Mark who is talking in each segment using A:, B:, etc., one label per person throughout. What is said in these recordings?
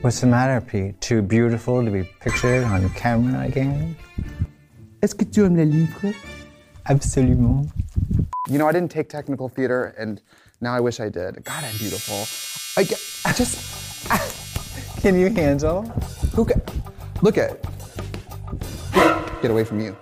A: What's the matter, Pete? Too beautiful to be pictured on camera again?
B: Est-ce que tu aimes les livres?
A: Absolument.
C: You know, I didn't take technical theater, and now I wish I did. God, I'm beautiful. I, get, I just
A: Can you handle?
C: who ca- look at get away from you.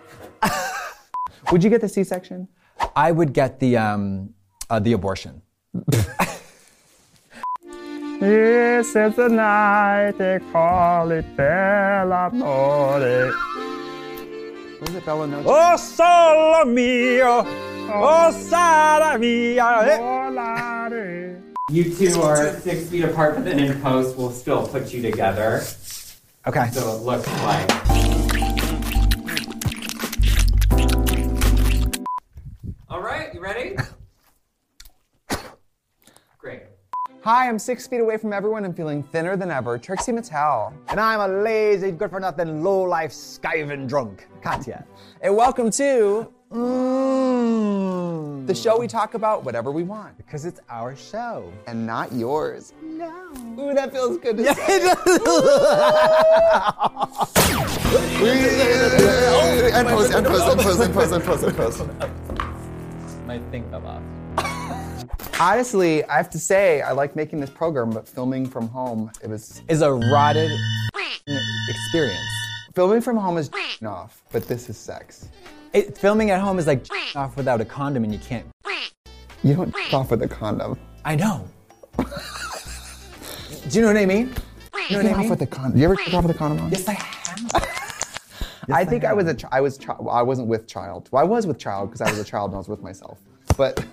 C: Would you get the C-section?
A: I would get the um, uh, the abortion.
D: This is the night they call it Bella Morte.
C: What is it, Bella Noche?
D: Oh, solo mio, oh, sala mia.
E: You two are six feet apart, but then in post, we'll still put you together.
A: Okay.
E: So it looks like. All right, you ready? Great.
C: Hi, I'm six feet away from everyone and feeling thinner than ever. Trixie Mattel.
A: And I'm a lazy, good for nothing, low life, skiving drunk, Katya.
C: And welcome to
A: Mmm.
C: the show we talk about whatever we want.
A: Because it's our show.
C: And not yours. No. Ooh, that feels good to say. and post, and post, and post, and post, and post, and post.
E: My thing fell off.
C: Honestly, I have to say, I like making this program, but filming from home, it was
A: Is a rotted experience.
C: filming from home is off, but this is sex.
A: It, filming at home is like off without a condom and you can't.
C: You don't off with a condom.
A: I know. Do you know what I mean?
C: You know off with a condom. You ever off with a condom on?
A: Yes, I have.
C: I think I was a ch- I was chi- well, I wasn't with child. Well, I was with child because I was a child and I was with myself. But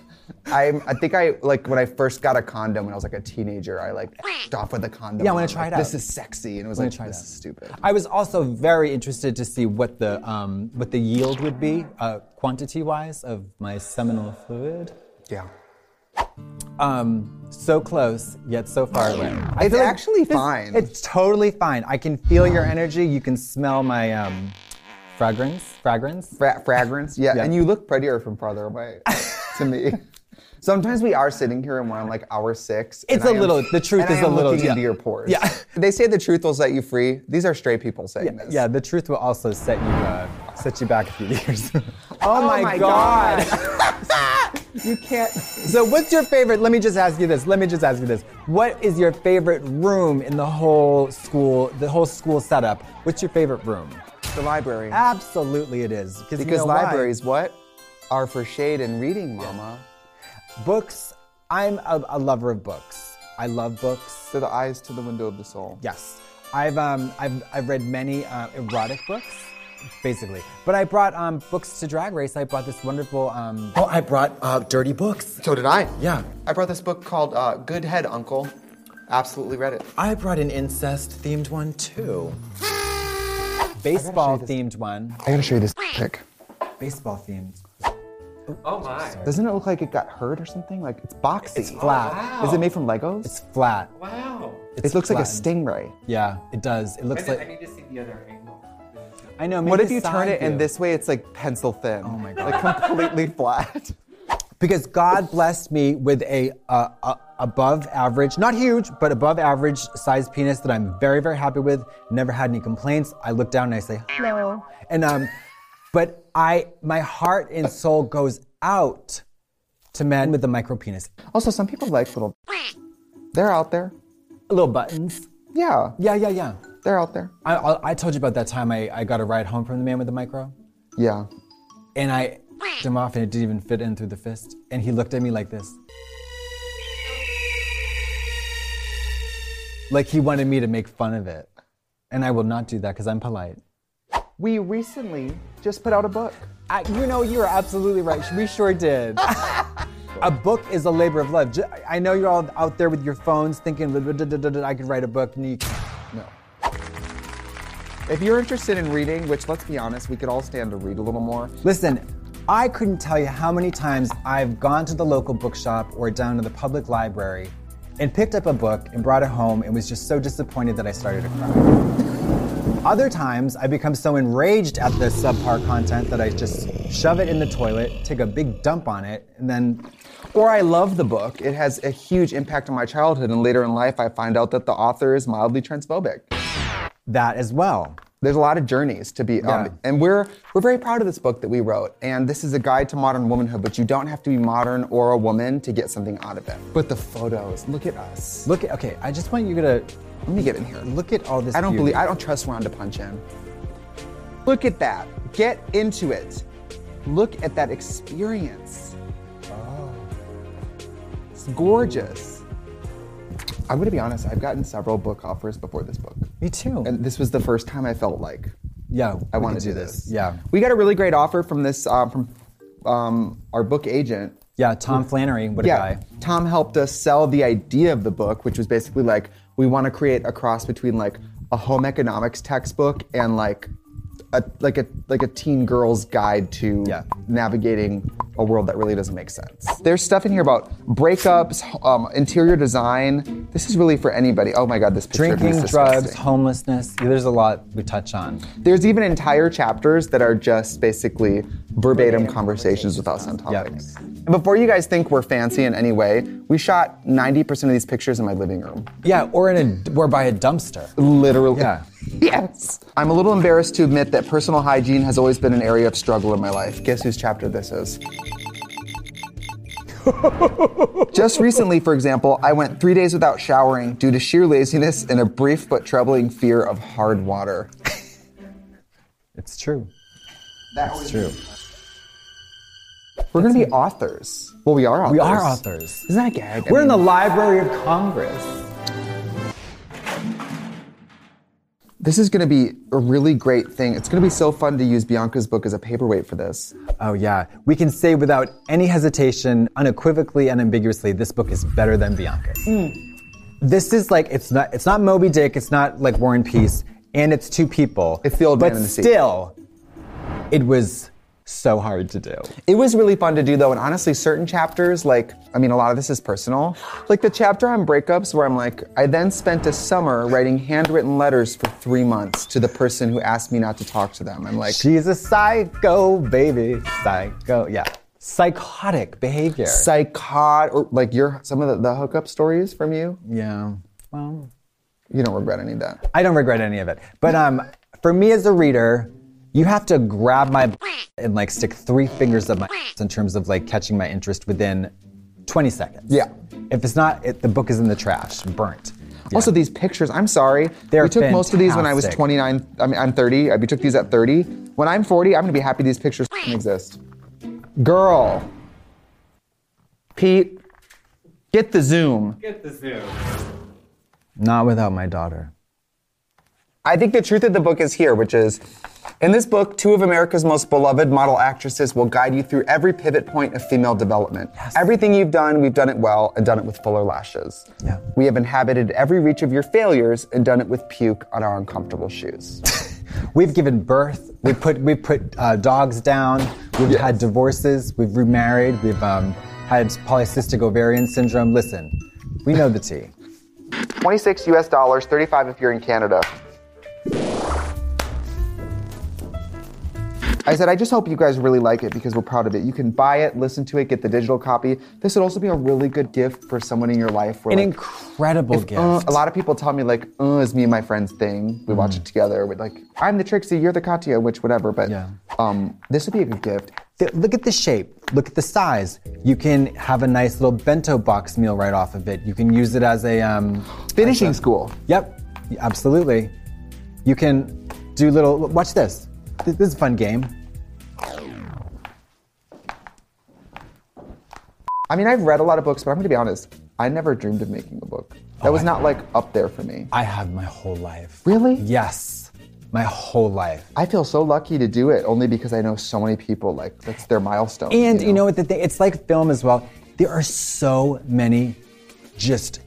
C: I I think I like when I first got a condom when I was like a teenager. I like off with a condom.
A: Yeah, I wanna
C: on,
A: try
C: like,
A: it out.
C: This is sexy, and it was like
A: try it
C: this
A: out.
C: is stupid.
A: I was also very interested to see what the um, what the yield would be, uh, quantity wise, of my seminal fluid.
C: yeah.
A: Um, so close yet so far away. I
C: It's
A: feel
C: actually fine.
A: It's totally fine. I can feel your energy. You can smell my um, fragrance. Fragrance.
C: Fra- fragrance, yeah.
A: Yeah.
C: And you look prettier from farther away to me. Sometimes we are sitting here and we're on like hour six. and
A: It's a
C: I am-
A: little- the truth
C: and I
A: is a
C: am
A: little-
C: looking
A: yeah.
C: into your pores.
A: Yeah.
C: They say the truth will set you free. These are straight people saying
A: Yeah,
C: this.
A: yeah, the truth will also set you uh, set you back a few years. oh,
C: my
A: you can't. So, what's your favorite? Let me just ask you this. Let me just ask you this. What is your favorite room in the whole school? The whole school setup. What's your favorite room?
C: The library.
A: Absolutely, it is you
C: Because
A: know why?
C: libraries, what? Are for shade and reading, mama.
A: books. I'm a, a lover of books. I love books.
C: They're the eyes to the window of the soul.
A: Yes, I've um, I've I've read many uh, erotic books, basically. But I brought um, books to Drag Race. I brought this wonderful. Um, oh, I brought uh, dirty books.
C: So did I.
A: Yeah.
C: I brought this book called uh, Good Head, Uncle. Absolutely read it.
A: I brought an incest themed one too. Baseball themed one.
C: I gotta show you this pic.
A: Baseball themed.
E: Oh my.
C: Doesn't it look like it got hurt or something? Like it's boxy.
A: It's flat.
C: Is it made from Legos?
A: It's flat.
E: Wow.
C: it looks like a
A: flattened.
C: stingray.
A: Yeah, it does. It
E: I,
A: looks
E: did, I
A: like.
E: need to see the other angle.
A: I know.
C: What
A: maybe
C: if you turn
A: side
C: it
A: view.
C: and this way it's like pencil thin? Oh
A: my God.
C: Like completely flat.
A: Because God blessed me with a, uh, a above average, not huge, but above average size penis that I'm very, very happy with. Never had any complaints. I look down and I say hello, and um, but I, my heart and soul goes out to men with a micro penis,
C: Also, some people like little. They're out there.
A: little buttons.
C: Yeah,
A: Yeah, yeah, yeah.
C: they're out there.
A: I, I, I told you about that time I, I got a ride home from the man with the micro,
C: Yeah.
A: and I f***ed him off, and it didn't even fit in through the fist. And he looked at me like this, like he wanted me to make fun of it, and I will not do that because I'm polite.
C: We recently just put out a book.
A: I, you know, you are absolutely right. We sure did. a book is a labor of love. Ju- I know you're all out there with your phones thinking, "Da-da-da-da-da, I could write a book, and you can't.
C: No. If you're interested in reading, which let's be honest, we could all stand to read a little more.
A: Listen, I couldn't tell you how many times I've gone to the local bookshop or down to the public library and picked up a book and brought it home and was just so disappointed that I started to cry. Other times, I become so enraged at the subpar content that I just shove it in the toilet, take a big dump on it, and then
C: Or I love the book. It has a huge impact on my childhood, and later in life, I find out that the author is mildly transphobic.
A: that as well.
C: There's a lot of journeys to be,
A: Yeah.
C: um, and we're we're very proud of this book that we wrote. And this is a guide to modern womanhood, but you don't have to be modern or a woman to get something out of it. But the photos, look at us.
A: Look at, okay, I just want you to
C: Let me get in here.
A: look at all this.
C: I don't
A: beauty.
C: believe. I don't trust Ron to punch him. Look at that. Get into it. Look at that experience. Oh, it's gorgeous. I'm gonna be honest. I've gotten several book offers before this book,
A: Me too.
C: and this was the first time I felt like
A: yeah,
C: I
A: we
C: want
A: could
C: to do this.
A: Yeah,
C: we got a really great offer from this um, from um, our book agent.
A: yeah. Tom Flannery, what a
C: Yeah,
A: guy.
C: Tom helped us sell the idea of the book, which was basically like we want to create a cross between like a home economics textbook and like a like a like a teen girl's guide to
A: Yeah.
C: navigating a world that really doesn't make sense. There's stuff in here about breakups, um, interior design. This is really for anybody. Oh my God, this picture of me is
A: Drinking, drugs,
C: disgusting.
A: homelessness. Yeah, there's a lot we touch on.
C: There's even entire chapters that are just basically verbatim conversations with us on topics. And before you guys think we're fancy in any way, we shot 90% of these pictures in my living room.
A: Yeah, or in a or by a dumpster.
C: Literally.
A: Yeah.
C: Yes. I'm a little embarrassed to admit that personal hygiene has always been an area of struggle in my life. Guess whose chapter this is? Just recently, for example, I went three days without showering due to sheer laziness and a brief but troubling fear of hard water.
A: It's true.
C: That
A: It's true.
C: We're going to be authors. Well, we are authors.
A: We are authors.
C: Isn't that a gag? I
A: We're in the
C: mean,
A: Library of Congress.
C: This is going to be a really great thing. It's going to be so fun to use Bianca's book as a paperweight for this.
A: Oh, yeah. We can say without any hesitation, unequivocally and ambiguously, this book is better than Bianca's. This is like, it's not, it's not Moby Dick, it's not like War and Peace, and it's two people.
C: It's the old
A: but
C: man and the sea.
A: still, it was so hard to do.
C: It was really fun to do though, and honestly, certain chapters, like, I mean, a lot of this is personal. Like the chapter on breakups, where I'm like, I then spent a summer writing handwritten letters for three months to the person who asked me not to talk to them. I'm like,
A: She's a psycho, baby. Psycho. Yeah. Psychotic behavior.
C: psychot, or like your some of the, the hookup stories from you.
A: yeah. Well,
C: You don't regret any of that.
A: I don't regret any of it. But um, for me as a reader, you have to grab my and like stick three fingers up my in terms of like catching my interest within 20 seconds.
C: Yeah.
A: If it's not, it, the book is in the trash, burnt. Yeah.
C: Also, these pictures, I'm sorry.
A: They're
C: we took most of these when I was
A: fantastic.
C: 29. I mean, I'm 30. I, we took these at 30. When I'm 40, I'm gonna be happy these pictures exist. Girl, Pete, get the Zoom.
E: Get the zoo.
A: not without my daughter.
C: I think the truth of the book is here, which is in this book, two of America's most beloved model actresses will guide you through every pivot point of female development. Everything you've done, we've done it well and done it with fuller lashes.
A: Yeah.
C: We have inhabited every reach of your failures and done it with puke on our uncomfortable shoes.
A: We've given birth. We put we put uh, dogs down. We've
C: Yes.
A: had divorces. We've remarried. We've um, had polycystic ovarian syndrome. Listen, we know the tea.
C: 26 US dollars, 35 if you're in Canada. I said, I just hope you guys really like it because we're proud of it. You can buy it, listen to it, get the digital copy. This would also be a really good gift for someone in your life. Where
A: An
C: like,
A: incredible
C: if,
A: gift. Mm-hmm.
C: uh, a lot of people tell me like, uh, is me and my friend's thing. We watch it together. With like, I'm the Trixie, you're the Katya, which whatever. But
A: Yeah.
C: um, this would be a good gift.
A: Th- Look at the shape. Look at the size. You can have a nice little bento box meal right off of it. You can use it as a um.
C: Finishing school.
A: Yep, absolutely. You can do little. Watch this. Th- This is a fun game.
C: I mean, I've read a lot of books, but I'm going to be honest. I never dreamed of making a book. That
A: Oh,
C: was not like up there for me.
A: I have my whole life.
C: Really?
A: Yes, my whole life.
C: I feel so lucky to do it only because I know so many people like that's their milestone.
A: And you know what the thing? It's like film as well. There are so many just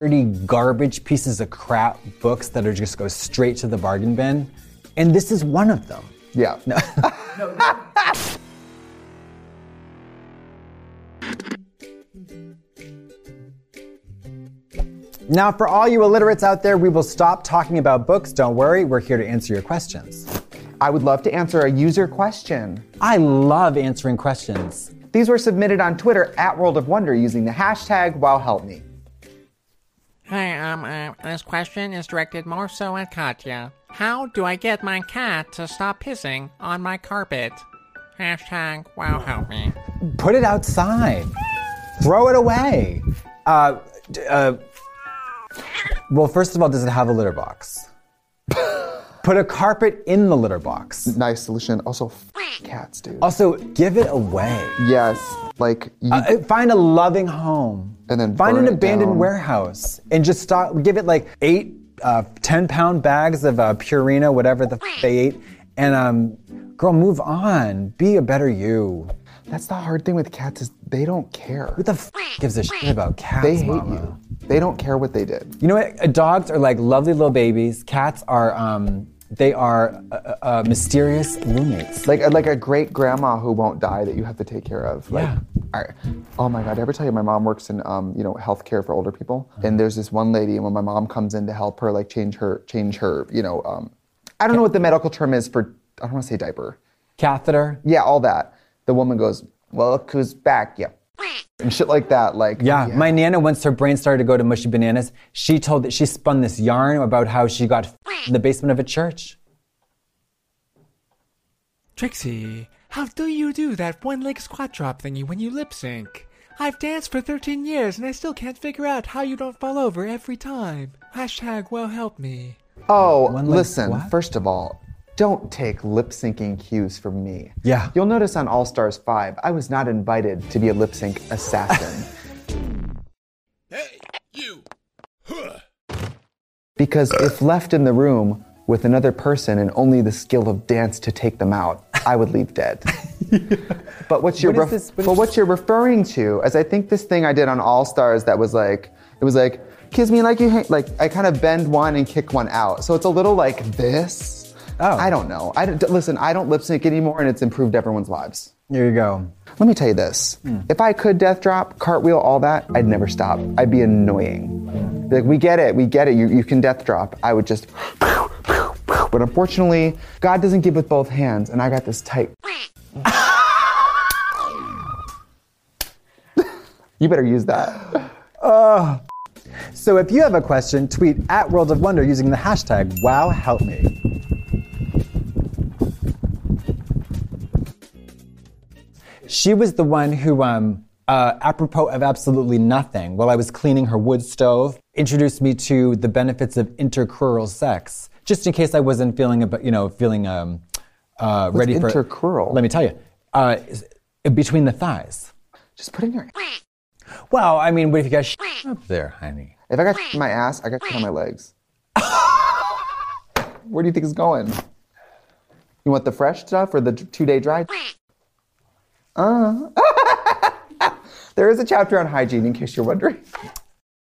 A: dirty garbage pieces of crap books that are just go straight to the bargain bin, and this is one of them.
C: Yeah.
A: Now, for all you illiterates out there, we will stop talking about books. Don't worry, we're here to answer your questions.
C: I would love to answer a user question.
A: I love answering questions.
C: These were submitted on Twitter at World of Wonder using the hashtag WowHelpMe.
F: Hi, um, uh, this question is directed more so at Katya. How do I get my cat to stop pissing on my carpet? Hashtag wow help me.
A: Put it outside, throw it away. Uh, d- uh, well, first of all, does it have a litter box? Put a carpet in the litter box.
C: Nice solution. Also, f- cats, dude.
A: Also, give it away.
C: Yes, like you,
A: Oh. Uh, find a loving home
C: And then
A: find
C: burn
A: an
C: it
A: abandoned
C: down.
A: warehouse and just start give it like eight uh, 10 pound bags of uh, purina whatever the f- they ate and um, girl move on be a better you
C: that's the hard thing with cats is they don't care.
A: who the f- gives a shit about cats
C: They hate
A: mama?
C: you. They don't care what they did.
A: You know what? Uh, Dogs are like lovely little babies. Cats are, um, they are uh, uh, uh, mysterious roommates.
C: Like like a great grandma who won't die that you have to take care of. Like,
A: Yeah.
C: all right. Oh my God! Did I ever tell you my mom works in um, you know healthcare for older people?
A: Uh-huh.
C: And there's this one lady, and when my mom comes in to help her, like change her change her, you know, um, I don't know what the medical term is for. I don't want to say diaper.
A: Catheter.
C: Yeah, all that. The woman goes, "Well, look who's back." Yeah, and shit like that. Like
A: Yeah, my nana, once her brain started to go to mushy bananas, she told that she spun this yarn about how she got f- in the basement of a church.
F: Trixie, how do you do that one leg squat drop thingy when you lip sync? I've danced for 13 years and I still can't figure out how you don't fall over every time. Hashtag well help me.
C: Oh,
A: One leg
C: listen,
A: squat?
C: first of all, don't take lip syncing cues from me.
A: Yeah.
C: You'll notice on All Stars 5, I was not invited to be a lip sync assassin
G: Hey, you!
C: because if left in the room with another person and only the skill of dance to take them out, I would leave dead. But what you're
A: What is this-
C: ref-
A: what
C: but
A: is
C: what
A: this?
C: you're referring to is I think this thing I did on All Stars that was like it was like kiss me like you hate like I kind of bend one and kick one out. So it's a little like this.
A: Oh.
C: I don't know. I don't, listen. I don't lip sync anymore, and it's improved everyone's lives.
A: There you go.
C: Let me tell you this: if I could death drop, cartwheel, all that, I'd never stop. I'd be annoying. Be Like we get it, we get it. You you can death drop. I would just. But unfortunately, God doesn't give with both hands, and I got this tight. you better use that.
A: So if you have a question, tweet at World of Wonder using the hashtag WowHelpMe. She was the one who, um, uh, apropos of absolutely nothing, while I was cleaning her wood stove, introduced me to the benefits of intercrural sex, just in case I wasn't feeling, ab- you know, feeling um, uh, ready for
C: intercrural?
A: Let me tell you, uh, is- between the thighs.
C: Just put in your.
A: Well, I mean, what if you got sh- up there, honey?
C: If I got in my ass, I got on my legs. Where do you think it's going? You want the fresh stuff or the two day dry? Uh-huh. Uh. there is a chapter on hygiene, in case you're wondering.